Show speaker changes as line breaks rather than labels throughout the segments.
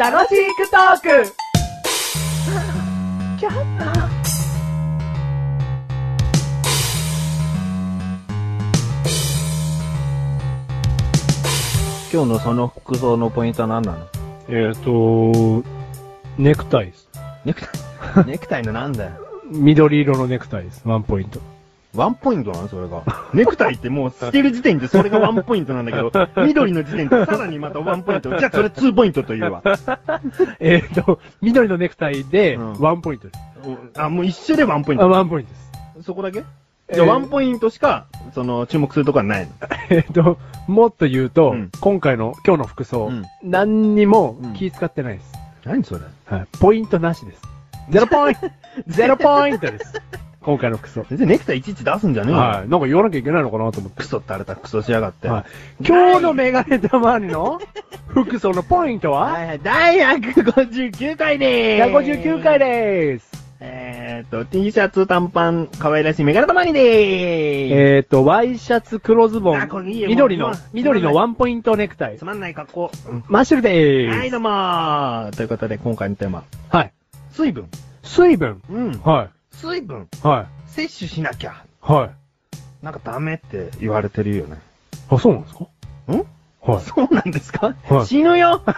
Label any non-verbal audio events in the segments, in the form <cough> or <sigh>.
楽しくトーク
今日のその服装のポイントは何なの
えっ、と、ネクタイです。
ネク <laughs> タイ、ネクタイのなんだよ。
緑色のネクタイです。ワンポイント。
ワンポイントなのそれが。ネクタイってもう捨てる時点でそれがワンポイントなんだ
<laughs>
けど、緑の時点でさらにまたワンポイント。じゃあそれツーポイントというわ。
えっ、と、緑のネクタイで
うん
ワンポイントです。
あ、もう一緒でワンポイン
あ
ト。
ワンポイントです。
そこだけ
えー
じゃあワンポイントしか、その、注目するとこはないの。
えっ、と、もっと言うと、
うん
今回の、今日の服装、
うん
何にも気使ってないです。
何それ
はい。ポイントなしです。ゼロポイント <laughs> ゼロポイントです。今回の服装。
全然ネクタイいちいち出すんじゃねえよ。
はい。なんか言わなきゃいけないのかなと思って。
クソってあれたクソしやがって。
はい、今日のメガネたまりの服装のポイントは、
いはい、第159回で
159回でーす。
えーっと、T シャツ、短パン、可愛らしいメガネたまりでー
えっ、と、ワイシャツ、黒ズボ
あこれ
ン、
いいよ
緑
もう
の
もう、
緑のワンポイントネクタイ
す。まんない格好。
マッシュルで
は
ー
い、
す。
どうもーということで、今回のテーマ。
はい。
水分。
水分。
うん。
は
水分。
い。は
摂取しなきゃ。
い。はい。
なんかダメって言われてるよね。
あ、そうなんですか
ん
は
そうなんですか、
はい
死ぬよ <laughs>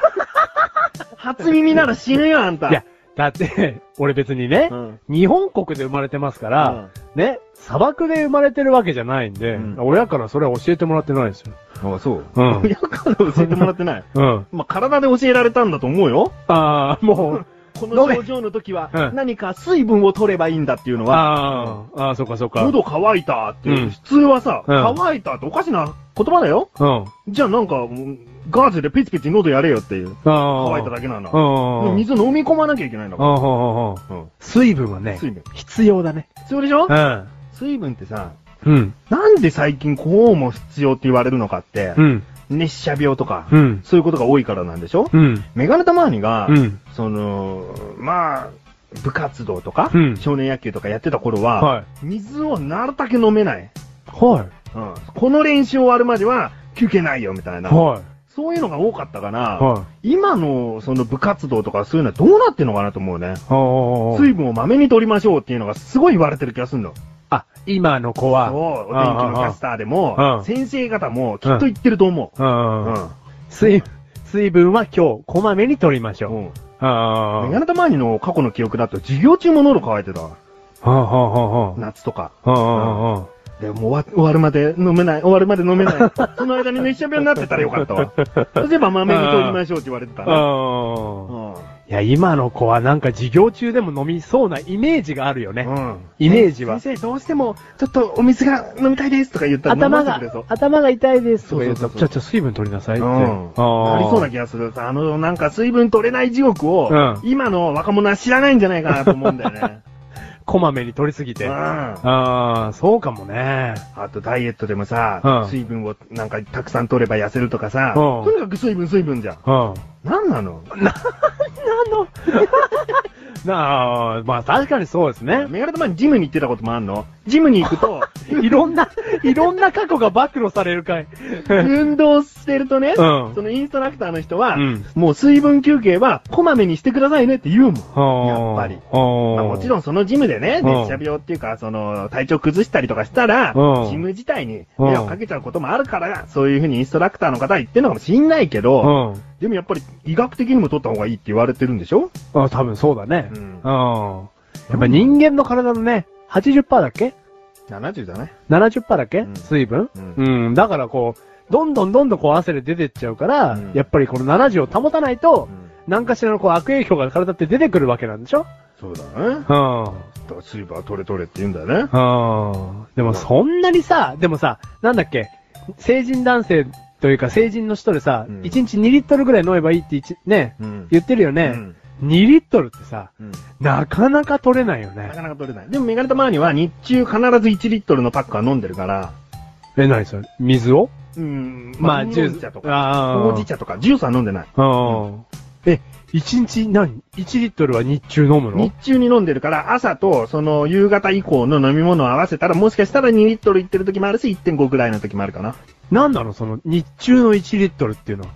初耳なら死ぬよ、あんた。
いや、だって、 <laughs> 俺別にね
う、ん。
日本国で生まれてますから、ね、砂漠で生まれてるわけじゃないんで、
うん
親からそれは教えてもらってないですよ。
あ、そう。
うん
親から教えてもらってない。
うん。
<laughs> まあ、体で教えられたんだと思うよ。
ああ、もう、
この症状の時は
う、ん
何か水分を取ればいいんだっていうのは、
あーあー、そっかそっか。うん。
喉乾いたっていうう、
ん
普通はさ、
うん
乾いたっておかしな言葉だよ。
あ
じゃあなんか、うんガーゼでペチペチ喉やれよっていう。
あ。
乾いただ
け。
けなの。
うん。
水飲み込まなきゃいけないんだ
う
か
んうんうんうん
ら。うん。
水分はね、
水分。
必要だね。
必要でしょ
ん。
水分ってさ、
うん。
なんで最近こうも必要って言われるのかって、
うん。
熱射病とか
う、ん。
そういうことが多いからなんでしょ
うん。
メガネたまわりが
う、ん。
その、まあ、部活動とか
う、ん
少年野球とかやってた頃は、
はい。
水をなるだけ飲めない。
は
うんこの練習終わるまでは休憩ないよみたい
い。
な。
は
そういうのが多かったか
い。
ら、
はい。
今のその部活動とかそういうのはどうなってんのかなと思うね。
あー
水分をまめに取りましょうっていうのがすごい言われてる気がするの。
あ、今の子
そう
は、、
お天気のキャスターでも
う、ん
先生方もきっと言ってると思
う。
う。うんん。
水、水分は今日、こまめに取りましょう。
うん。
あ
メガネたまわりの過去の記憶だと授業中も喉乾いてたわ。
あ。はあはあはあ。
夏とか。
はあはあはあ。
でもう終わ終わるまで飲めない、終わるまで飲
<laughs>
めない。その間に熱射病になってたらよかったわ。例えばまめに取りましょうって言われてたね。う
ああ。
ん。
いや、今の子はなんか授業中でも飲みそうなイメージがあるよね。
うん。
イメージは
ね先生、どうしても、ちょっとお水が飲みたいですとか言ったら飲ま
頭
せて
が
くれそう、。
頭が痛いです
そうそうそう
ちょ、ちょ、水分取りなさいって。
うん。
ー
ありそうな気がする。あの、なんか水分取れない地獄を、
うん
今の若者は知らないんじゃないかなと思うんだ
<laughs>
よね。
こまめに取りすぎ
う
て。
ん。
あ
あ
あー、そうかもね。
と、ダイエットでもさ、
うん
水分をなんかたくさん取れば痩せるとかさ、
うん
とにかく水分水分じゃん。
うん。な
なんな
の
の
なあ、まあ確かにそうです
<laughs>
ね。
メガネと前にジムに行ってたこともあんのジムに行
<laughs>
くと、
いろんな、いろんな過去が暴露される
<laughs>
かい。
運動してるとね、
うん
そのインストラクターの人は、
うん
もう水分休憩はこまめにしてくださいねって言うもん。
や
っぱり。ま
ま
あ、もちろ
ん。
んそのジムでね、
うん
熱射病っていうか、その、体調崩したりとかしたら
う、ん
ジム自体に
うん
迷惑かけちゃうこともあるから、そういうふうにインストラクターの方は言ってるのかもしんないけ
う
ど、
ん。
でもやっぱり医学的にも取った方がいいって言われてるんでしょ
あ多分そうだね。
う
うんん。やっぱ人間の体のね、80%だっけ
?70 じゃない
?70% だっけ、
うん
水分、
う
うんん、だからこう、どんどんどんどんこう汗で出てっちゃうから、
うん
やっぱりこの70を保たないと、何かしらのこう悪影響が体って出てくるわけなんでしょ
そうだね。
うん。うん。
だから水分は取れ取れって言うんだよね。
でもそんなにさ、でもさ、なんだっけ、成人男性というか成人の人でさ、
うん
1日2リットルぐらい飲めばいいって一ね、
うん
言ってるよ
う
ね、
ん
2リットルってさ、
うん
なかなか取れないよ
な
ね。
かなか取れない。でもメガネたまには日中必ず1リットルのパックは飲んでるから、
え、何それ水を
うん、
まあ、ジュース。
麦茶とか、
か
ほうじ茶とか、ジュースは飲んでない。
うん。え、1日何 ?1 リットルは日中飲むの
日中に飲んでるから、朝とその夕方以降の飲み物を合わせたら、もしかしたら2リットルいってる時もあるし、1.5ぐらいの時もあるかな。
なんなのその、日中の1リットルっていうのは。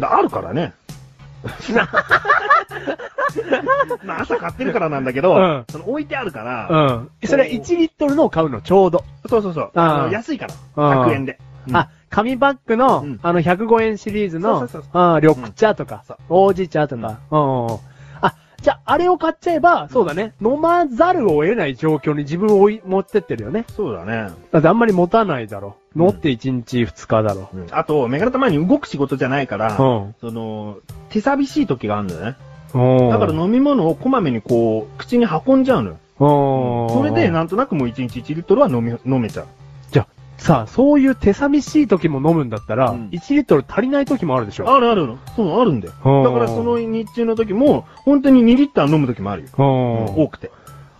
だあるからね。まあ朝買ってるからなんだけど、
うん
その置いてあるから、
うん。それは1リットルのを買うの、ちょうど。
そうそうそう。
あー
あの安いから。
あー
100円で。うん
あ、紙パックの、
うん
あの、105円シリーズ
そ
の
うそうそう、
あー緑茶とか
うんそう、
王子茶とか、うんうんうんあ、じゃあ、あれを買っちゃえば、そうだね、飲まざるを得ない状況に自分を追い持ってってるよね。
そうだね。
だってあんまり持たないだろ。持って1日2日だろ。
うんあと、メガネたまに動く仕事じゃないから、
うん
その、手寂しい時があるんだよね。
うん
だから飲み物をこまめにこう、口に運んじゃうのよ。
うん
それで、なんとなくもう1日1リットルは飲み、飲めちゃう。
じゃあ、さあ、そういう手寂しい時も飲むんだったら、
うん
1リットル足りない時もあるでしょ。
あるあるある。そう、あるんだよ。
うん
だからその日中の時も、本当に2リッター飲む時もあるよ。
うん
多くて。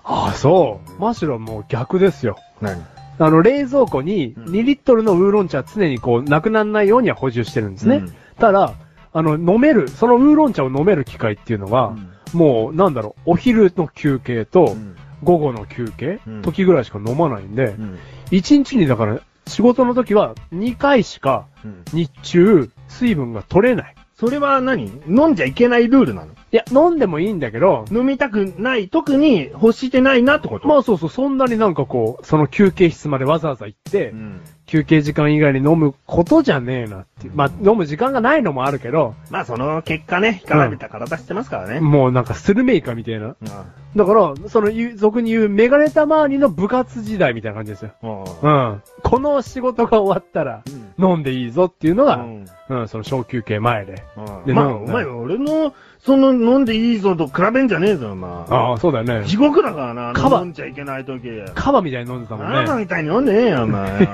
ああ、そう。マシロもう逆ですよ。
何
あの、冷蔵庫に
うん
2リットルのウーロン茶は常にこう、なくならないようには補充してるんですね。
うん
ただ、あの、飲める、そのウーロン茶を飲める機会っていうのは、もう、なんだろう、お昼の休憩と、午後の休憩、
うん
時ぐらいしか飲まないんで
う、ん
1日にだから、仕事の時は2回しか
うん
日中、水分が取れない。
それは何飲んじゃいけないルールなの
いや、飲んでもいいんだけど、
飲みたくない、特に欲してないなってこと
まあそうそう、そんなになんかこう、その休憩室までわざわざ行って、
うん
休憩時間以外に飲むことじゃねえなっていう。まあ、飲む時間がないのもあるけど、
まあその結果ね、干からびた体してますからね。
もうなんかスルメイカみたいな。
うん。
だから、その言う、俗に言うメガネた周りの部活時代みたいな感じですよ。
う
うん。この仕事が終わったら、
ん
飲んでいいぞっていうの
う
が、うん、
ん
その小休憩前で。
うん
で
まあ、
なん
お前、俺の、その、飲んでいいぞと比べんじゃねえぞ、お前。
ああ、そうだよね
地。獄だからな、
カバ
飲んじゃいけない時。
カバみたいに飲んでたも
あ
ん
なた
ね。
みたいに飲んでねえよ、お
<laughs>
前。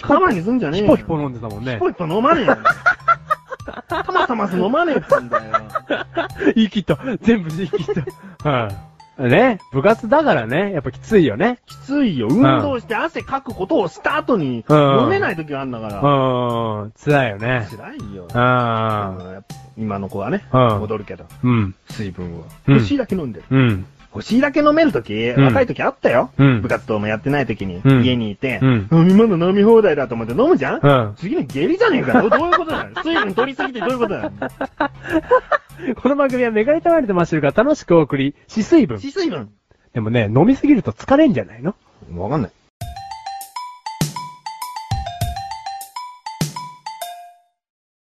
カバにすんじゃねえ
ヒ
よ。
ポヒポ飲んでたもんね
ヒ。ポヒポ飲まねえよ。たまたます飲まねえっつんだよ。
言い切った。全部言い切った。
<laughs>
はい。ね、部活だからね、やっぱきついよね。
きついよ。運動して汗かくことをした後に、
うん
飲めない時があんだか
う
ら。
ーん、辛いよね。
辛いよ。あ
あ
のやっぱ今の子はね、
うん
戻るけど、
ーうん、
水分を。
うん
欲しいだけ飲んでる。
うん、
欲しいだけ飲める時
ん
若い時あったよ。
うん
部活動もやってない時に、
うん
家にいて、
うん
飲み物飲み放題だと思って飲むじゃん、
うん。
次の下痢じゃねえかよ。どういうことだよ。水分取りすぎてどういうことだよ。
<laughs> この番組はメガネたまりとマッシュルが楽しくお送り、し水分。
死水分。
でもね、飲みすぎると疲れんじゃないの
わかんない。